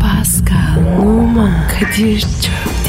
Pascal, Oman, Kadir çok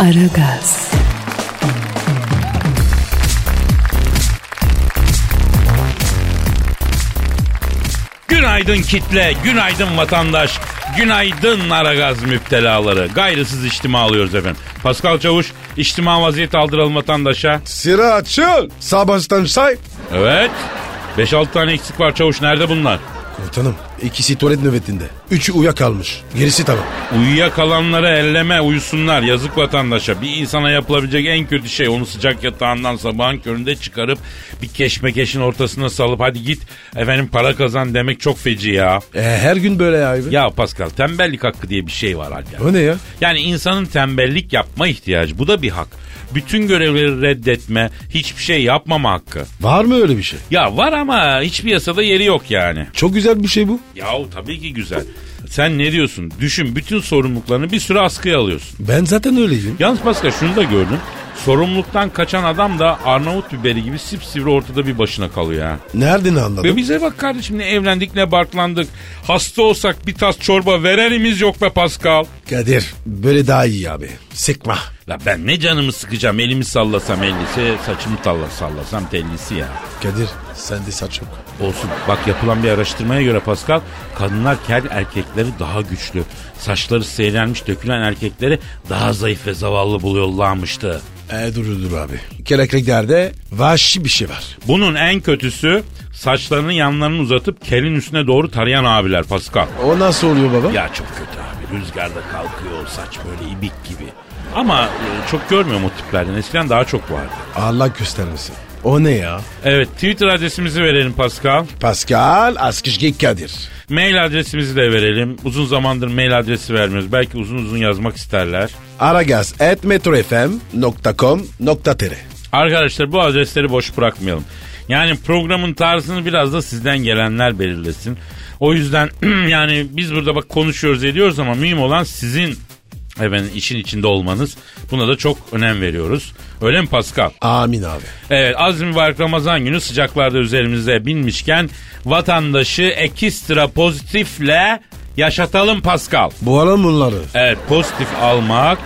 Aragaz, Günaydın kitle, günaydın vatandaş, günaydın Aragaz müptelaları. Gayrısız içtima alıyoruz efendim. Pascal Çavuş, içtima vaziyeti aldıralım vatandaşa. Sıra açıl. Sabahtan say. Evet. 5-6 tane eksik var Çavuş, nerede bunlar? Komutanım ikisi tuvalet nöbetinde. Üçü uyuyakalmış. Gerisi tamam. Uyuyakalanlara elleme, uyusunlar. Yazık vatandaşa. Bir insana yapılabilecek en kötü şey onu sıcak yatağından sabahın köründe çıkarıp bir keşmekeşin ortasına salıp hadi git efendim para kazan demek çok feci ya. E, her gün böyle ya. abi. Ya Pascal tembellik hakkı diye bir şey var Alper. O ne ya? Yani insanın tembellik yapma ihtiyacı. Bu da bir hak. Bütün görevleri reddetme, hiçbir şey yapmama hakkı. Var mı öyle bir şey? Ya var ama hiçbir yasada yeri yok yani. Çok güzel bir şey bu. Yahu tabii ki güzel. Sen ne diyorsun? Düşün bütün sorumluluklarını bir süre askıya alıyorsun. Ben zaten öyleyim. Yalnız Pascal şunu da gördüm. Sorumluluktan kaçan adam da Arnavut biberi gibi sipsivri ortada bir başına kalıyor ha. Nereden anladın? Ve bize bak kardeşim ne evlendik ne barklandık. Hasta olsak bir tas çorba verenimiz yok be Pascal. Kadir böyle daha iyi abi. Sıkma. La ben ne canımı sıkacağım elimi sallasam ellisi saçımı talla sallasam tellisi ya. Kadir sende saç yok. Olsun bak yapılan bir araştırmaya göre Pascal kadınlar kel erkekleri daha güçlü. Saçları seyrelmiş dökülen erkekleri daha zayıf ve zavallı buluyorlarmıştı. E dur dur abi. Kerekliklerde vahşi bir şey var. Bunun en kötüsü saçlarını yanlarını uzatıp kelin üstüne doğru tarayan abiler Pascal. O nasıl oluyor baba? Ya çok kötü abi. Rüzgarda kalkıyor o saç böyle ibik gibi. Ama e, çok görmüyorum o tiplerden. Eskiden daha çok vardı. Allah göstermesin. O ne ya? Evet Twitter adresimizi verelim Pascal. Pascal Askışgi Kadir. Mail adresimizi de verelim. Uzun zamandır mail adresi vermiyoruz. Belki uzun uzun yazmak isterler. Aragaz et metrofm.com.tr Arkadaşlar bu adresleri boş bırakmayalım. Yani programın tarzını biraz da sizden gelenler belirlesin. O yüzden yani biz burada bak konuşuyoruz ediyoruz ama mühim olan sizin efendim, işin içinde olmanız. Buna da çok önem veriyoruz. Öyle mi Pascal? Amin abi. Evet az mübarek Ramazan günü sıcaklarda üzerimize binmişken vatandaşı ekstra pozitifle yaşatalım Pascal. Boğalım bunları. Evet pozitif almak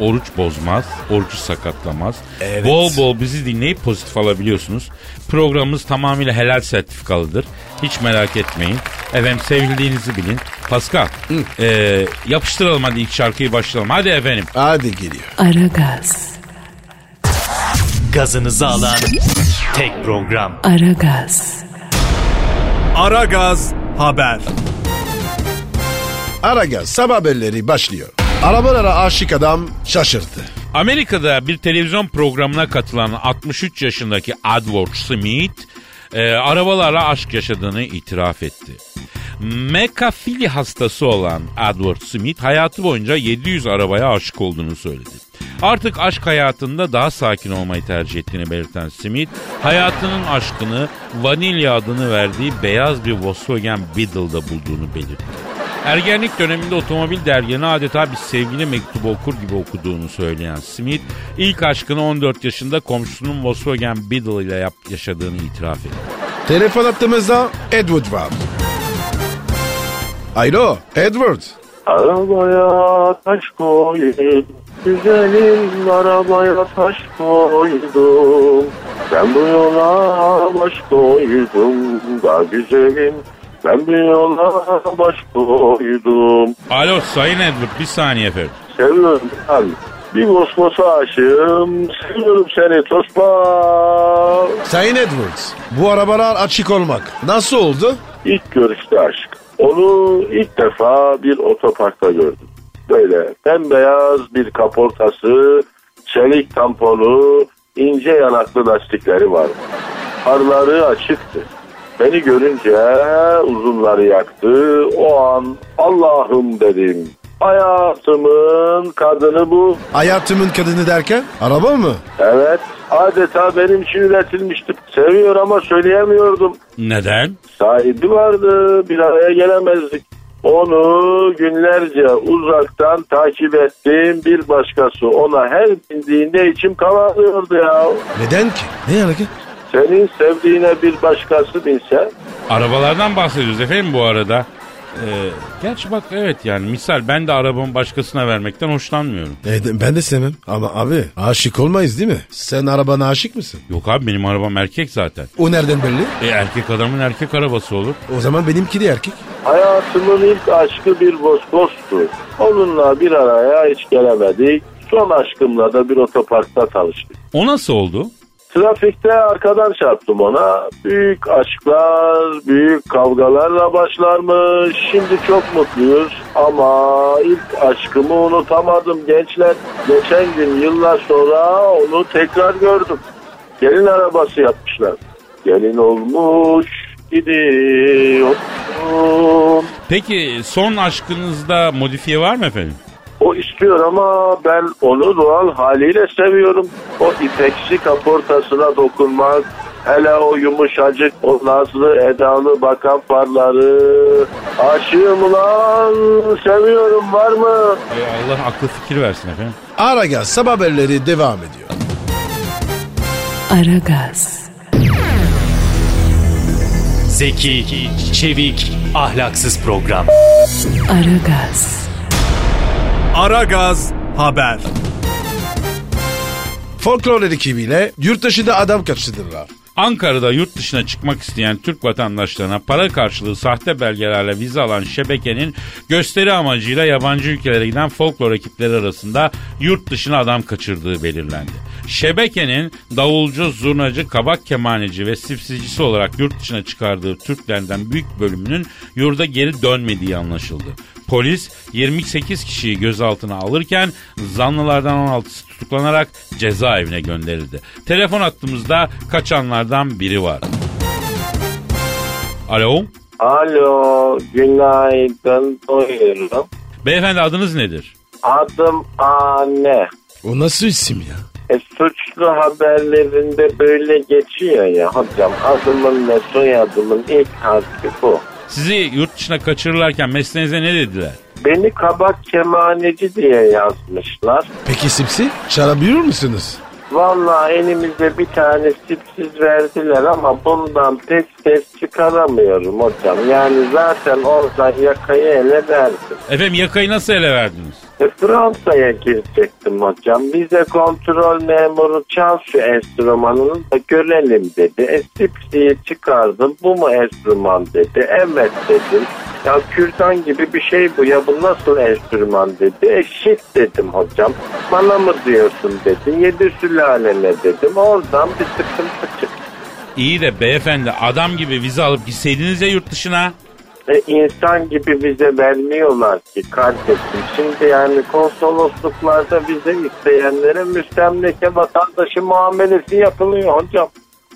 oruç bozmaz, orucu sakatlamaz. Evet. Bol bol bizi dinleyip pozitif alabiliyorsunuz. Programımız tamamıyla helal sertifikalıdır. Hiç merak etmeyin. Efendim sevildiğinizi bilin. Pascal, eee, yapıştıralım hadi ilk şarkıyı başlayalım. Hadi efendim. Hadi geliyor. Aragaz, gazınızı alan tek program. Aragaz, Ara Gaz Haber. Aragaz sabah haberleri başlıyor. Arabalara aşık adam şaşırdı. Amerika'da bir televizyon programına katılan 63 yaşındaki Edward Smith e, arabalarla aşk yaşadığını itiraf etti. Mekafili hastası olan Edward Smith hayatı boyunca 700 arabaya aşık olduğunu söyledi. Artık aşk hayatında daha sakin olmayı tercih ettiğini belirten Smith, hayatının aşkını Vanilya adını verdiği beyaz bir Volkswagen Beetle'da bulduğunu belirtti. Ergenlik döneminde otomobil dergini adeta bir sevgili mektubu okur gibi okuduğunu söyleyen Smith, ilk aşkını 14 yaşında komşusunun Volkswagen Beetle ile yap- yaşadığını itiraf etti. Telefon attığımızda Edward var. Alo Edward. Arabaya taş koydum Güzelim arabaya taş koydum Ben bu yola baş koydum Da güzelim ben bu yola baş koydum Alo Sayın Edward bir saniye efendim. Seviyorum ben bir bosmosa aşığım Seviyorum seni tospa Sayın Edward. Bu arabalar açık olmak nasıl oldu? İlk görüşte aşk. Onu ilk defa bir otoparkta gördüm. Böyle bembeyaz bir kaportası, çelik tamponu, ince yanaklı lastikleri var. Farları açıktı. Beni görünce uzunları yaktı. O an Allah'ım dedim. Hayatımın kadını bu. Hayatımın kadını derken araba mı? Evet adeta benim için üretilmişti. Seviyor ama söyleyemiyordum. Neden? Sahibi vardı bir araya gelemezdik. Onu günlerce uzaktan takip ettim. Bir başkası ona her bindiğinde içim kavalıyordu ya. Neden ki? Ne yani ki? Senin sevdiğine bir başkası binse Arabalardan bahsediyoruz efendim bu arada. Ee, gerçi bak evet yani misal ben de arabamı başkasına vermekten hoşlanmıyorum. E, ben de sevmem. Ama abi aşık olmayız değil mi? Sen arabana aşık mısın? Yok abi benim arabam erkek zaten. O nereden belli? E erkek adamın erkek arabası olur. O zaman benimki de erkek. hayatımın ilk aşkı bir boskostu. Onunla bir araya hiç gelemedik. Son aşkımla da bir otoparkta tanıştık. O nasıl oldu? Trafikte arkadan çarptım ona. Büyük aşklar, büyük kavgalarla başlarmış. Şimdi çok mutluyuz ama ilk aşkımı unutamadım gençler. Geçen gün yıllar sonra onu tekrar gördüm. Gelin arabası yapmışlar. Gelin olmuş gidiyorsun. Peki son aşkınızda modifiye var mı efendim? O istiyor ama ben onu doğal haliyle seviyorum. O ipeksi kaportasına dokunmak, hele o yumuşacık, o nazlı edalı bakan farları. Aşığım ulan, seviyorum var mı? E, Allah aklı fikir versin efendim. Aragaz sabah haberleri devam ediyor. Aragaz, Zeki, çevik, ahlaksız program. Aragaz, Aragaz haber. Folklor ekibiyle yurt dışında adam kaçırdılar. Ankara'da yurt dışına çıkmak isteyen Türk vatandaşlarına para karşılığı sahte belgelerle vize alan şebekenin gösteri amacıyla yabancı ülkelere giden folklor ekipleri arasında yurt dışına adam kaçırdığı belirlendi. Şebekenin davulcu, zurnacı, kabak kemaneci ve sipsicisi olarak yurt dışına çıkardığı Türklerden büyük bölümünün yurda geri dönmediği anlaşıldı. Polis 28 kişiyi gözaltına alırken zanlılardan 16'sı tutuklanarak cezaevine gönderildi. Telefon attığımızda kaçanlardan biri var. Alo. Alo, günaydın, buyurun. Beyefendi adınız nedir? Adım Anne. O nasıl isim ya? E, suçlu haberlerinde böyle geçiyor ya hocam. Adımın ne soyadımın ilk harfi bu. Sizi yurt dışına kaçırırlarken mesleğinize ne dediler? Beni kabak kemaneci diye yazmışlar. Peki simsi? Çarabiliyor musunuz? Vallahi elimize bir tane sipsiz verdiler ama bundan pek ses çıkaramıyorum hocam. Yani zaten orada yakayı ele verdim. Efendim yakayı nasıl ele verdiniz? E, Fransa'ya girecektim hocam. Bize kontrol memuru çal şu enstrümanını da görelim dedi. E, sipsiyi çıkardım. Bu mu enstrüman dedi. Evet dedim. Ya kürdan gibi bir şey bu ya bu nasıl enstrüman dedi. Eşit dedim hocam. Bana mı diyorsun dedi. Yedi sülalene dedim. Oradan bir sıkıntı çıktı. İyi de beyefendi adam gibi vize alıp gitseydiniz ya yurt dışına. E, insan gibi vize vermiyorlar ki kardeşim. Şimdi yani konsolosluklarda vize isteyenlere müstemleke vatandaşı muamelesi yapılıyor hocam.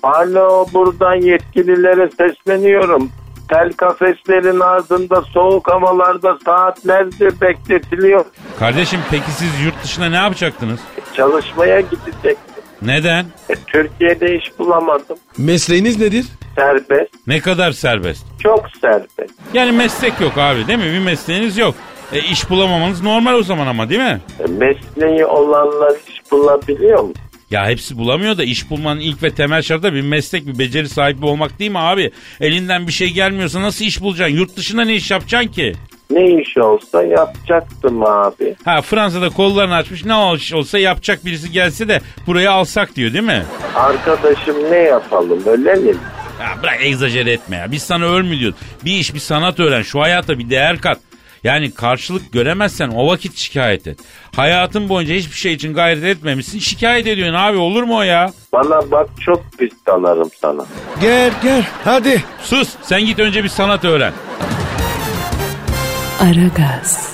Alo buradan yetkililere sesleniyorum. Tel kafeslerin ardında soğuk havalarda saatlerce bekletiliyor. E, Kardeşim peki siz yurt dışına ne yapacaktınız? Çalışmaya gidecek. Neden? E, Türkiye'de iş bulamadım. Mesleğiniz nedir? Serbest. Ne kadar serbest? Çok serbest. Yani meslek yok abi değil mi? Bir mesleğiniz yok. E, iş bulamamanız normal o zaman ama değil mi? E, mesleği olanlar iş bulabiliyor mu? Ya hepsi bulamıyor da iş bulmanın ilk ve temel şartı bir meslek bir beceri sahibi olmak değil mi abi? Elinden bir şey gelmiyorsa nasıl iş bulacaksın? Yurt dışında ne iş yapacaksın ki? Ne iş olsa yapacaktım abi. Ha Fransa'da kollarını açmış ne iş olsa yapacak birisi gelse de buraya alsak diyor değil mi? Arkadaşım ne yapalım ölelim. Ya bırak egzajere etme ya. Biz sana ölmü diyoruz. Bir iş bir sanat öğren. Şu hayata bir değer kat. Yani karşılık göremezsen o vakit şikayet et. Hayatın boyunca hiçbir şey için gayret etmemişsin. Şikayet ediyorsun abi olur mu o ya? Bana bak çok pis tanırım sana. Gel gel hadi. Sus sen git önce bir sanat öğren. Aragaz,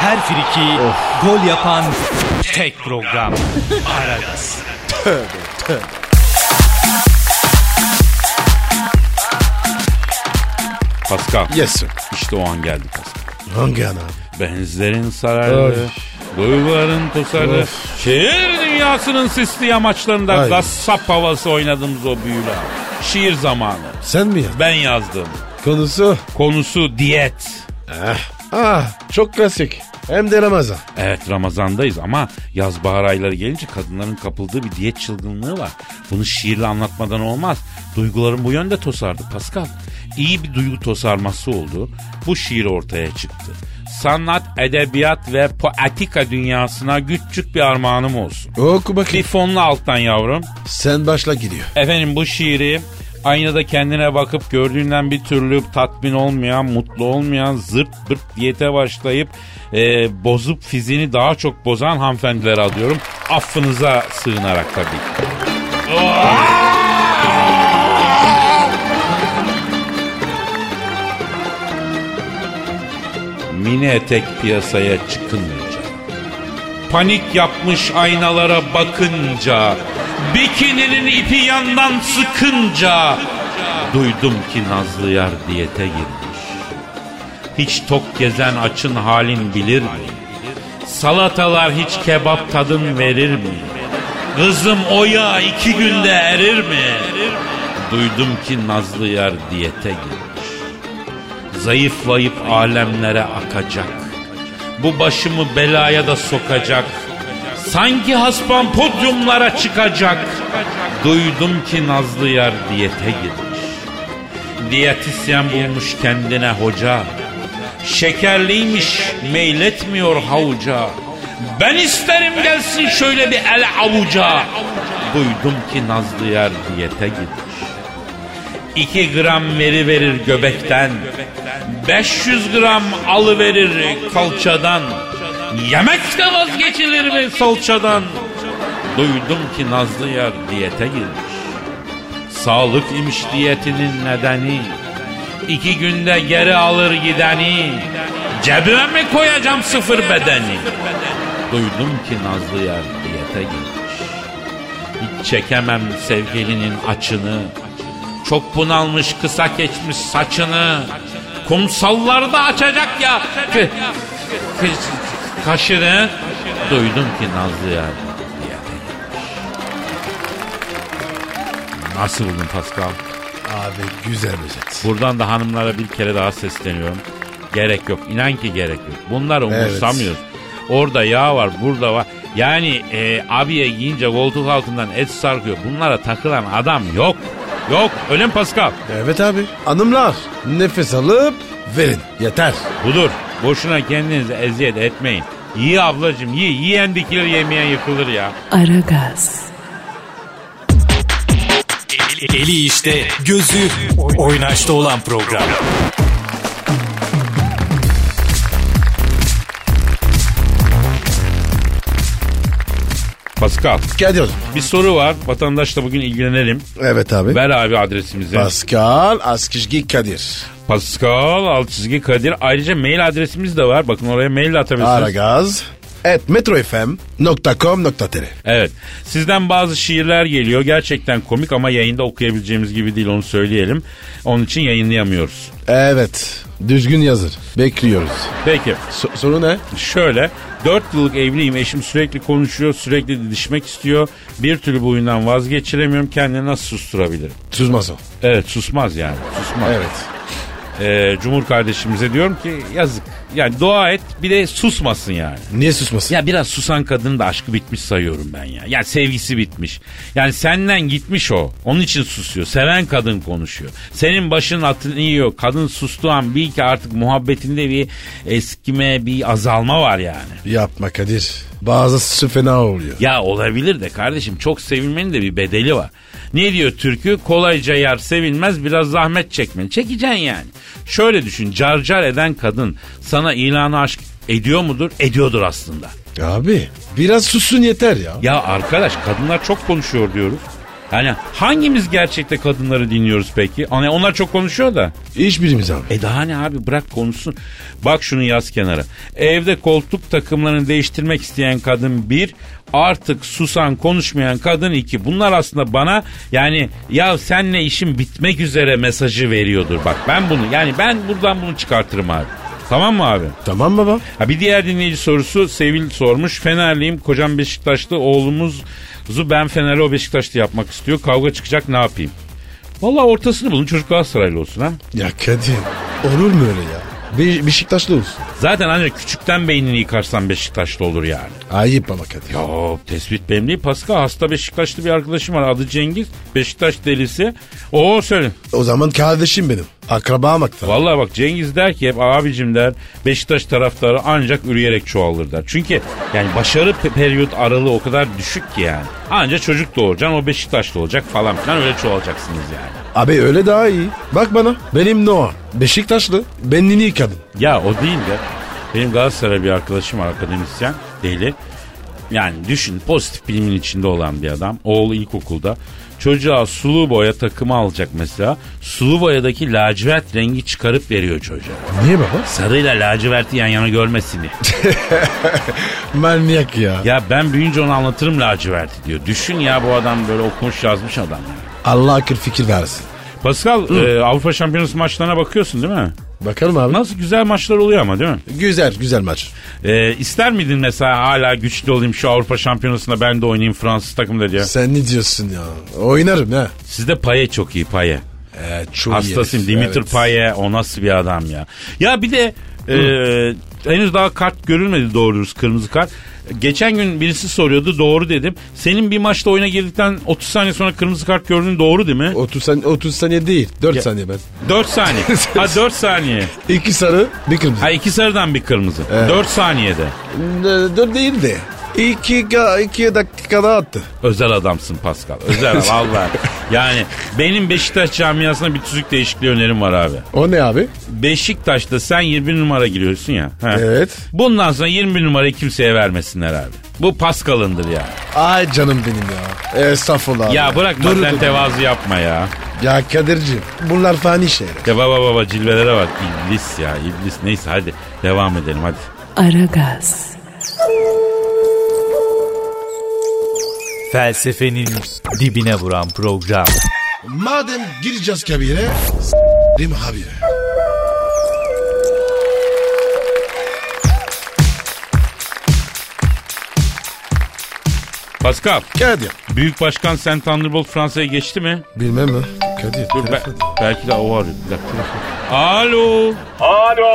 Her friki gol yapan tek program. Aragaz. Pascal. Yes sir. İşte o an geldi Pascal. Hangi ana? Benizlerin sarardı. Ay. Duyguların tosardı. Şiir dünyasının sisli yamaçlarında Ay. gassap havası oynadığımız o büyüler. Şiir zamanı. Sen mi ya? Ben yazdım. Konusu? Konusu diyet. Ah çok klasik. Hem de Ramazan. Evet Ramazan'dayız ama yaz bahar ayları gelince kadınların kapıldığı bir diyet çılgınlığı var. Bunu şiirle anlatmadan olmaz. Duyguların bu yönde tosardı Pascal. İyi bir duygu tosarması oldu. Bu şiir ortaya çıktı. Sanat, edebiyat ve poetika dünyasına küçük bir armağanım olsun. Oku Bir bakayım. fonla alttan yavrum. Sen başla gidiyor. Efendim bu şiiri aynada kendine bakıp gördüğünden bir türlü tatmin olmayan, mutlu olmayan, zırt bırt diyete başlayıp e, bozup fiziğini daha çok bozan hanımefendilere adıyorum. Affınıza sığınarak tabii. Mini etek piyasaya çıkınmayacak panik yapmış aynalara bakınca, bikininin ipi yandan sıkınca, duydum ki Nazlı yar diyete girmiş. Hiç tok gezen açın halin bilir mi? Salatalar hiç kebap tadın verir mi? Kızım o yağ iki günde erir mi? Duydum ki Nazlı yar diyete girmiş. Zayıflayıp alemlere akacak bu başımı belaya da sokacak. Sanki hasbam podyumlara çıkacak. Duydum ki Nazlı Yar diyete girmiş. Diyetisyen bulmuş kendine hoca. Şekerliymiş meyletmiyor havuca. Ben isterim gelsin şöyle bir el avuca. Duydum ki Nazlı Yar diyete girmiş. 2 gram veri verir göbekten. 500 gram alı verir kalçadan. Yemek de vazgeçilir mi salçadan? Duydum ki Nazlı Yar diyete girmiş. Sağlık imiş diyetinin nedeni. İki günde geri alır gideni. Cebime mi koyacağım sıfır bedeni? Duydum ki Nazlı Yar diyete girmiş. Hiç çekemem sevgilinin açını. Çok bunalmış kısa geçmiş saçını. Kumsallarda açacak ya. Kı- kı- kaşını. Duydum ki Nazlı ya. Nasıl buldun Pascal? Abi güzel şey. özet. Buradan da hanımlara bir kere daha sesleniyorum. Gerek yok. İnan ki gerek yok. Bunları Evet. umursamıyoruz. Orada yağ var, burada var. Yani e, abiye giyince koltuk altından et sarkıyor. Bunlara takılan adam yok. Yok. Öyle mi Pascal? Evet abi. Hanımlar nefes alıp verin. Yeter. Budur. Boşuna kendinizi eziyet etmeyin. Yiye ablacım yiye. Yiyen dikilir yemeyen yıkılır ya. Aragaz, Eli işte, gözü oynaşta olan program. Pascal Kadir. Hocam. bir soru var. Vatandaşla bugün ilgilenelim. Evet abi. Ver abi adresimizi. Pascal Askizgi Kadir. Pascal alt çizgi Kadir. Ayrıca mail adresimiz de var. Bakın oraya mail de atabilirsiniz. Aragaz. Et metrofm.com.tr Evet. Sizden bazı şiirler geliyor. Gerçekten komik ama yayında okuyabileceğimiz gibi değil onu söyleyelim. Onun için yayınlayamıyoruz. Evet. Düzgün yazır. Bekliyoruz. Peki. So- soru ne? Şöyle 4 yıllık evliyim eşim sürekli konuşuyor sürekli didişmek istiyor. Bir türlü bu huyundan vazgeçiremiyorum kendini nasıl susturabilirim? Susmaz o. Evet susmaz yani susmaz. Evet. Ee, Cumhur kardeşimize diyorum ki yazık yani dua et bir de susmasın yani. Niye susmasın? Ya biraz susan kadının da aşkı bitmiş sayıyorum ben ya. Ya sevgisi bitmiş. Yani senden gitmiş o. Onun için susuyor. Seven kadın konuşuyor. Senin başın atını yiyor. Kadın sustuğu an bil ki artık muhabbetinde bir eskime bir azalma var yani. Yapma Kadir. Bazısı fena oluyor. Ya olabilir de kardeşim çok sevilmenin de bir bedeli var. Ne diyor türkü? Kolayca yar sevilmez biraz zahmet çekmen. Çekeceksin yani. Şöyle düşün carcar eden kadın sana ilanı aşk ediyor mudur? Ediyordur aslında. Abi biraz sussun yeter ya. Ya arkadaş kadınlar çok konuşuyor diyoruz. Yani hangimiz gerçekte kadınları dinliyoruz peki? Hani onlar çok konuşuyor da. Hiçbirimiz abi. E daha ne abi bırak konuşsun. Bak şunu yaz kenara. Evde koltuk takımlarını değiştirmek isteyen kadın bir. Artık susan konuşmayan kadın iki. Bunlar aslında bana yani ya senle işim bitmek üzere mesajı veriyordur. Bak ben bunu yani ben buradan bunu çıkartırım abi. Tamam mı abi? Tamam baba. Ha bir diğer dinleyici sorusu Sevil sormuş. Fenerliyim. Kocam Beşiktaşlı. Oğlumuzu ben Fenerli o Beşiktaşlı yapmak istiyor. Kavga çıkacak ne yapayım? Valla ortasını bulun. Çocuk Galatasaraylı olsun ha. Ya Kadir olur mu öyle ya? Be Beşiktaşlı olsun. Zaten ancak küçükten beynini yıkarsan Beşiktaşlı olur yani. Ayıp ama Kadir. Ya tespit benim değil Pascal. Hasta Beşiktaşlı bir arkadaşım var. Adı Cengiz. Beşiktaş delisi. Oo söyle. O zaman kardeşim benim. Akrabam aktar. Vallahi bak Cengiz der ki hep abicim der Beşiktaş taraftarı ancak üreyerek çoğalır der. Çünkü yani başarı pe- periyot aralığı o kadar düşük ki yani. Anca çocuk doğuracaksın o Beşiktaşlı olacak falan filan öyle çoğalacaksınız yani. Abi öyle daha iyi. Bak bana. Benim Noah. Beşiktaşlı. Benliğini yıkadın. Ya o değil de benim Galatasaray bir arkadaşım var akademisyen deli. Yani düşün pozitif bilimin içinde olan bir adam. Oğlu ilkokulda. Çocuğa sulu boya takımı alacak mesela. Sulu boyadaki lacivert rengi çıkarıp veriyor çocuğa. Niye baba? Sarıyla laciverti yan yana görmesin diye. Manyak ya. Ya ben büyüyünce onu anlatırım laciverti diyor. Düşün ya bu adam böyle okumuş yazmış adam. ya. Allah akıl fikir versin. Pascal e, Avrupa Şampiyonası maçlarına bakıyorsun değil mi? Bakalım abi. Nasıl güzel maçlar oluyor ama değil mi? Güzel güzel maç. E, ister miydin mesela hala güçlü olayım şu Avrupa Şampiyonası'nda ben de oynayayım Fransız takımda diye. Sen ne diyorsun ya? Oynarım ha. Sizde Paye çok iyi Paye. Ee, çok Hastasıyım iyi herif, Dimitri evet. Paye o nasıl bir adam ya. Ya bir de e, henüz daha kart görülmedi doğru dürüst kırmızı kart. Geçen gün birisi soruyordu doğru dedim. Senin bir maçta oyuna girdikten 30 saniye sonra kırmızı kart gördüğün doğru değil mi? 30 saniye, 30 saniye değil. 4 saniye ben. 4 saniye. ha 4 saniye. 2 sarı bir kırmızı. Ha iki sarıdan bir kırmızı. 4 saniyede. 4 değil de. 2 2 dakikada attı. Özel adamsın Pascal. Özel vallahi. Yani benim Beşiktaş camiasına bir tüzük değişikliği önerim var abi. O ne abi? Beşiktaş'ta sen 20 numara giriyorsun ya. ha. Evet. Bundan sonra 20 numarayı kimseye vermesinler abi. Bu Pascal'ındır ya. Ay canım benim ya. Estağfurullah. abi. Ya bırak Dur, benden dur. tevazu yapma ya. Ya Kadir'cim bunlar fani şeyler. Ya baba baba cilvelere bak. İblis ya iblis. Neyse hadi devam edelim hadi. Aragaz, Felsefenin dibine vuran program. Madem gireceğiz kabire. Rim abi. Pascal, Kadir. Büyük Başkan Sen Thunderbolt Fransa'ya geçti mi? Bilmem mi? Kadir. Dur be- belki de o arıyor. Bir dakika. Alo. Alo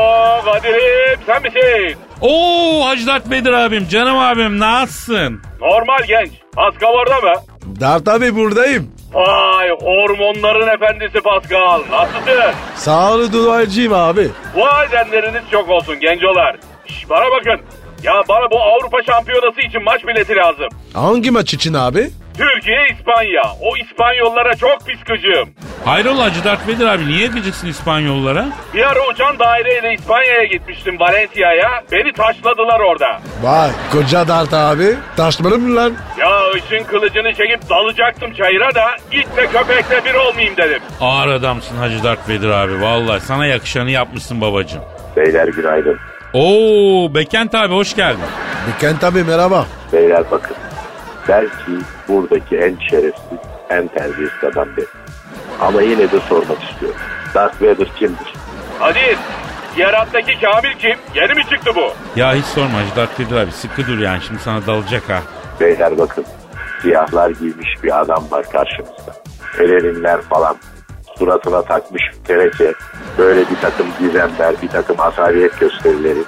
Kadir'im sen misin? Oo Hacı Dert Bedir abim canım abim nasılsın? Normal genç. Pascal orada mı? Dert abi buradayım. Vay hormonların efendisi Pascal. Nasılsın? Sağ ol duacıyım abi. Vay denleriniz çok olsun gencolar. Şş, bana bakın. Ya bana bu Avrupa Şampiyonası için maç bileti lazım. Hangi maç için abi? Türkiye İspanya. O İspanyollara çok pis gıcığım. Hayrola Hacı Dert Bedir abi niye gideceksin İspanyollara? Bir ara uçan daireyle İspanya'ya gitmiştim Valencia'ya. Beni taşladılar orada. Vay koca Dert abi. Taşmalı mı lan? Ya ışın kılıcını çekip dalacaktım çayıra da itle köpekle bir olmayayım dedim. Ağır adamsın Hacı Dert Bedir abi vallahi sana yakışanı yapmışsın babacığım. Beyler günaydın. Oo Bekent abi hoş geldin. Bükent abi merhaba. Beyler bakın. Belki buradaki en şerefsiz, en terbiyesiz adam benim. Ama yine de sormak istiyorum. Darth Vader kimdir? Kadir, diğer hattaki Kamil kim? Yeni mi çıktı bu? Ya hiç sorma Hacı Dert Bedir abi sıkı dur yani şimdi sana dalacak ha. Beyler bakın. Siyahlar giymiş bir adam var karşımızda. Pelerinler falan. Suratına takmış tereke. Böyle bir takım gizemler, bir takım asabiyet gösterileri.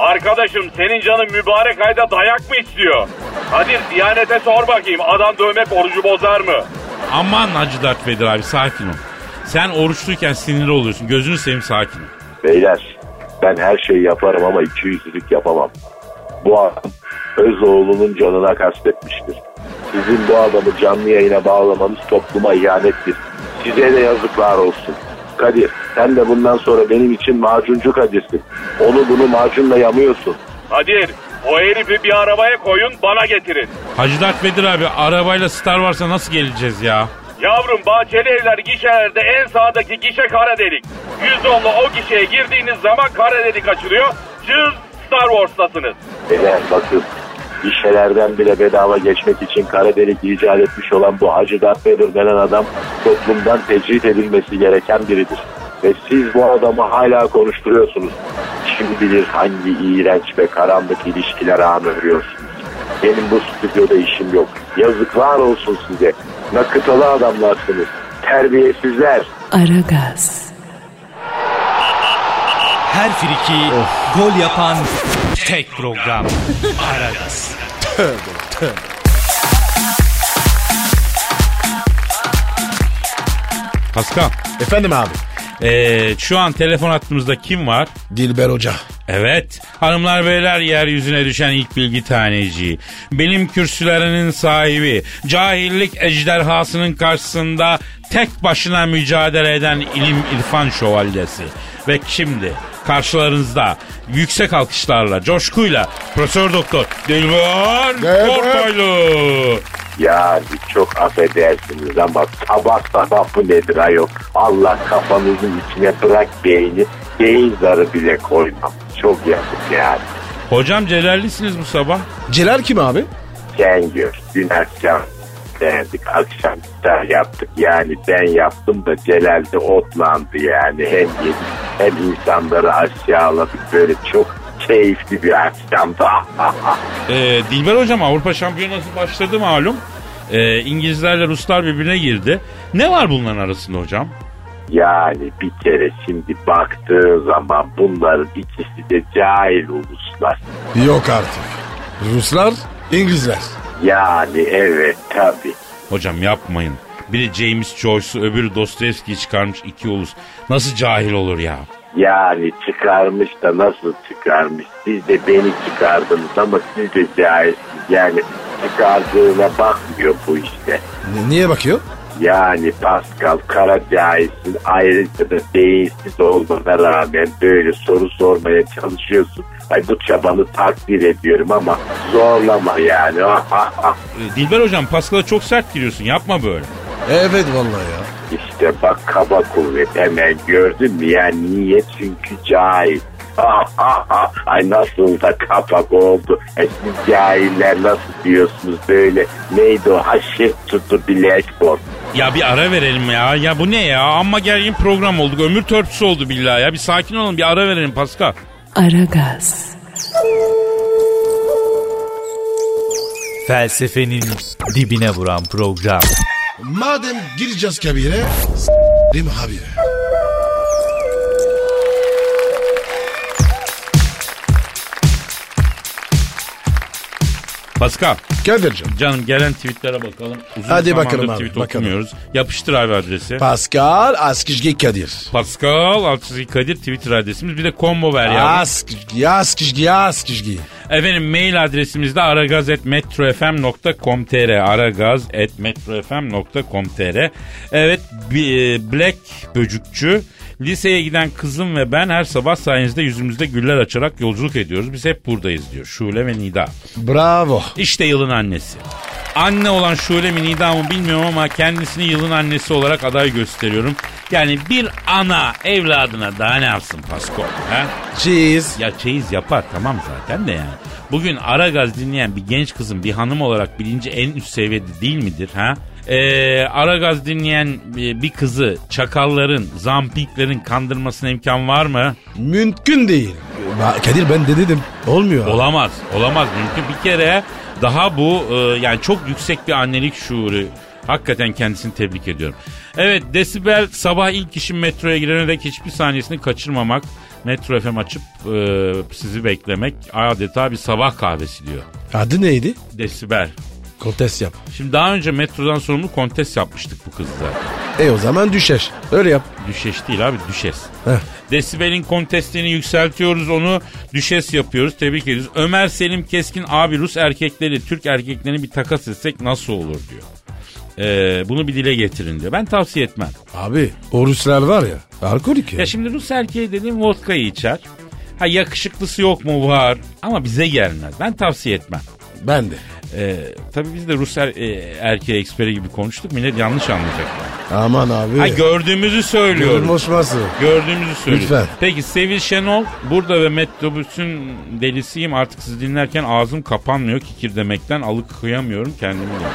Arkadaşım senin canın mübarek ayda dayak mı istiyor? Kadir, Diyanet'e sor bakayım adam dövmek orucu bozar mı? Aman Hacı Dert Bedir abi sakin ol. Sen oruçluyken sinirli oluyorsun gözünü seveyim sakin ol. Beyler ben her şeyi yaparım ama iki yüzlülük yapamam. Bu adam öz oğlunun canına kastetmiştir. Sizin bu adamı canlı yayına bağlamanız topluma ihanettir. Size de yazıklar olsun. Kadir sen de bundan sonra benim için macuncu Kadir'sin. Onu bunu macunla yamıyorsun. Kadir, O herifi bir arabaya koyun bana getirin. Hacı Dert Vedir abi arabayla Star varsa nasıl geleceğiz ya? Yavrum bahçeli evler gişelerde en sağdaki gişe kara delik. 110'lu o gişeye girdiğiniz zaman kara delik açılıyor. Cız Star Wars'tasınız. Beyler bakın bir şeylerden bile bedava geçmek için kara delik icat etmiş olan bu Hacı Darth Vader denen adam toplumdan tecrit edilmesi gereken biridir. Ve siz bu adamı hala konuşturuyorsunuz. Kim bilir hangi iğrenç ve karanlık ilişkilere an örüyorsunuz. Benim bu stüdyoda işim yok. Yazıklar olsun size. Nakıtalı adamlarsınız. Terbiyesizler. Aragaz, Her friki gol yapan tek program. Aragaz. Paskal. Efendim abi. ee, şu an telefon hattımızda kim var? Dilber Hoca. Evet. Hanımlar beyler yeryüzüne düşen ilk bilgi taneci. Bilim kürsülerinin sahibi. Cahillik ejderhasının karşısında tek başına mücadele eden ilim irfan şövalyesi. Ve şimdi karşılarınızda yüksek alkışlarla, coşkuyla Profesör Doktor Dilber Dilber. Kortaylı. Yani çok affedersiniz ama sabah sabah bu nedir ayol? Allah kafanızın içine bırak beyni, beyin zarı bile koymam. Çok yazık yani. Hocam celallisiniz bu sabah. Celal kim abi? Sen gör, dün akşam verdik, akşam iftar yaptık. Yani ben yaptım da Celal de otlandı yani. Hem yedik hem insanları aşağıladık. Böyle çok keyifli bir akşamdı. Ee, Dilber Hocam Avrupa Şampiyonası başladı malum. Ee, İngilizlerle Ruslar birbirine girdi. Ne var bunların arasında hocam? Yani bir kere şimdi baktığın zaman bunların ikisi de cahil uluslar. Yok artık. Ruslar, İngilizler. Yani evet tabii. Hocam yapmayın. Biri James Joyce'u öbürü Dostoyevski'yi çıkarmış iki ulus. Nasıl cahil olur ya? Yani çıkarmış da nasıl çıkarmış? Siz de beni çıkardınız ama siz de cahilsiniz. Yani çıkardığına bakmıyor bu işte. N- niye bakıyor? Yani Pascal kara cahilsin ayrıca da beyinsiz olmana rağmen böyle soru sormaya çalışıyorsun. Ay bu çabanı takdir ediyorum ama zorlama yani. Ee, Dilber Hocam Paskal'a çok sert giriyorsun. Yapma böyle. Evet vallahi ya. İşte bak kaba kuvvet hemen gördün mü ya niye çünkü cahil. Ay nasıl da kapak oldu. E siz cahiller nasıl diyorsunuz böyle neydi o haşir tuttu Blackboard. Ya bir ara verelim ya. Ya bu ne ya? Amma gergin program olduk. Ömür törpüsü oldu billahi ya. Bir sakin olun bir ara verelim Paskal. Aragaz, Felsefenin dibine vuran program. Madem gireceğiz kabire, s**rim abi. Paskal Kadir'cim. canım gelen tweetlere bakalım. Uzun Hadi zamandır bakalım abi, tweet bakalım. okumuyoruz. Yapıştır abi adresi. Pascal Askizgi Kadir. Pascal Altçizgi Kadir Twitter adresimiz. Bir de combo ver ya. Askizgi, Askizgi, Askizgi. Efendim mail adresimiz de aragaz.metrofm.com.tr aragaz.metrofm.com.tr Evet bi- e, Black Böcükçü Liseye giden kızım ve ben her sabah sayenizde yüzümüzde güller açarak yolculuk ediyoruz. Biz hep buradayız diyor. Şule ve Nida. Bravo. İşte yılın annesi. Anne olan Şule mi Nida mı bilmiyorum ama kendisini yılın annesi olarak aday gösteriyorum. Yani bir ana evladına daha ne yapsın Pasko? He? Cheese. Ya çeyiz yapar tamam zaten de yani. Bugün ara gaz dinleyen bir genç kızın bir hanım olarak bilinci en üst seviyede değil midir ha? Ee, ara gaz dinleyen e, bir kızı çakalların, zampiklerin kandırmasına imkan var mı? Mümkün değil. Ba- Kadir ben de dedim. Olmuyor. abi. Olamaz, olamaz mümkün. Bir kere daha bu e, yani çok yüksek bir annelik şuuru. Hakikaten kendisini tebrik ediyorum. Evet Desibel sabah ilk işim metroya girene dek hiçbir saniyesini kaçırmamak. Metro FM açıp e, sizi beklemek adeta bir sabah kahvesi diyor. Adı neydi? Desibel. Kontes yap. Şimdi daha önce metrodan sorumlu kontes yapmıştık bu kızı zaten. E o zaman düşer. Öyle yap. Düşeş değil abi düşes. Heh. Desibel'in kontestini yükseltiyoruz onu düşes yapıyoruz tebrik ediyoruz. Ömer Selim Keskin abi Rus erkekleri Türk erkeklerini bir takas etsek nasıl olur diyor. Ee, bunu bir dile getirin diyor. Ben tavsiye etmem. Abi o Ruslar var ya. Alkolik ya. Ya şimdi Rus erkeği dediğim vodkayı içer. Ha yakışıklısı yok mu var ama bize gelmez. Ben tavsiye etmem. Ben de. Ee, tabii biz de Rus er, e, erkeği eksperi gibi konuştuk. Millet yanlış anlayacak. Aman abi. Ha gördüğümüzü söylüyoruz. Görünmüşmesi. Gördüğümüzü söylüyoruz. Lütfen. Peki Sevil Şenol burada ve metrobüsün delisiyim artık sizi dinlerken ağzım kapanmıyor kikir demekten alıkıyamıyorum kendimi. diyor.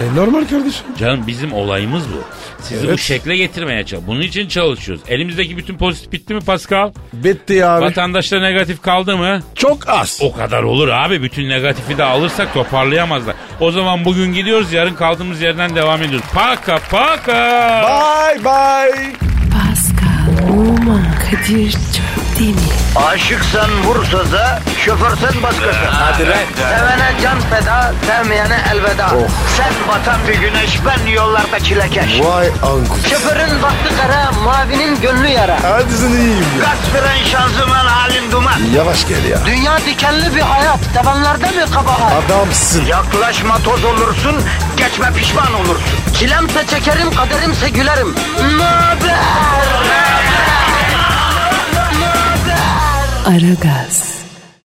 E, normal kardeşim. Canım bizim olayımız bu. Sizi Evet. bu şekle getirmeye çalışıyoruz. Bunun için çalışıyoruz. Elimizdeki bütün pozitif bitti mi Pascal? Bitti abi. Vatandaşta negatif kaldı mı? Çok az. O kadar olur abi. Bütün negatifi de alırsak toparlayamazlar. O zaman bugün gidiyoruz yarın kaldığımız yerden devam ediyoruz. Paka paka. Bye bye. Pascal, Oman, Kadir çok değil mi? Aşıksan vursa da şoförsen başkasın. Hadi Sevene can feda, sevmeyene elveda. Sen batan bir güneş, ben yollarda çilekeş. Vay anku. Şoförün baktı kara, mavinin gönlü yara. Hadi sen iyiyim ya. Kasperen şanzıman halin duman. Yavaş gel ya. Dünya dikenli bir hayat, sevenlerde mi kabahar? Adamsın. Yaklaşma toz olursun, geçme pişman olursun. Çilemse çekerim, kaderimse gülerim. Möber! Aragaz.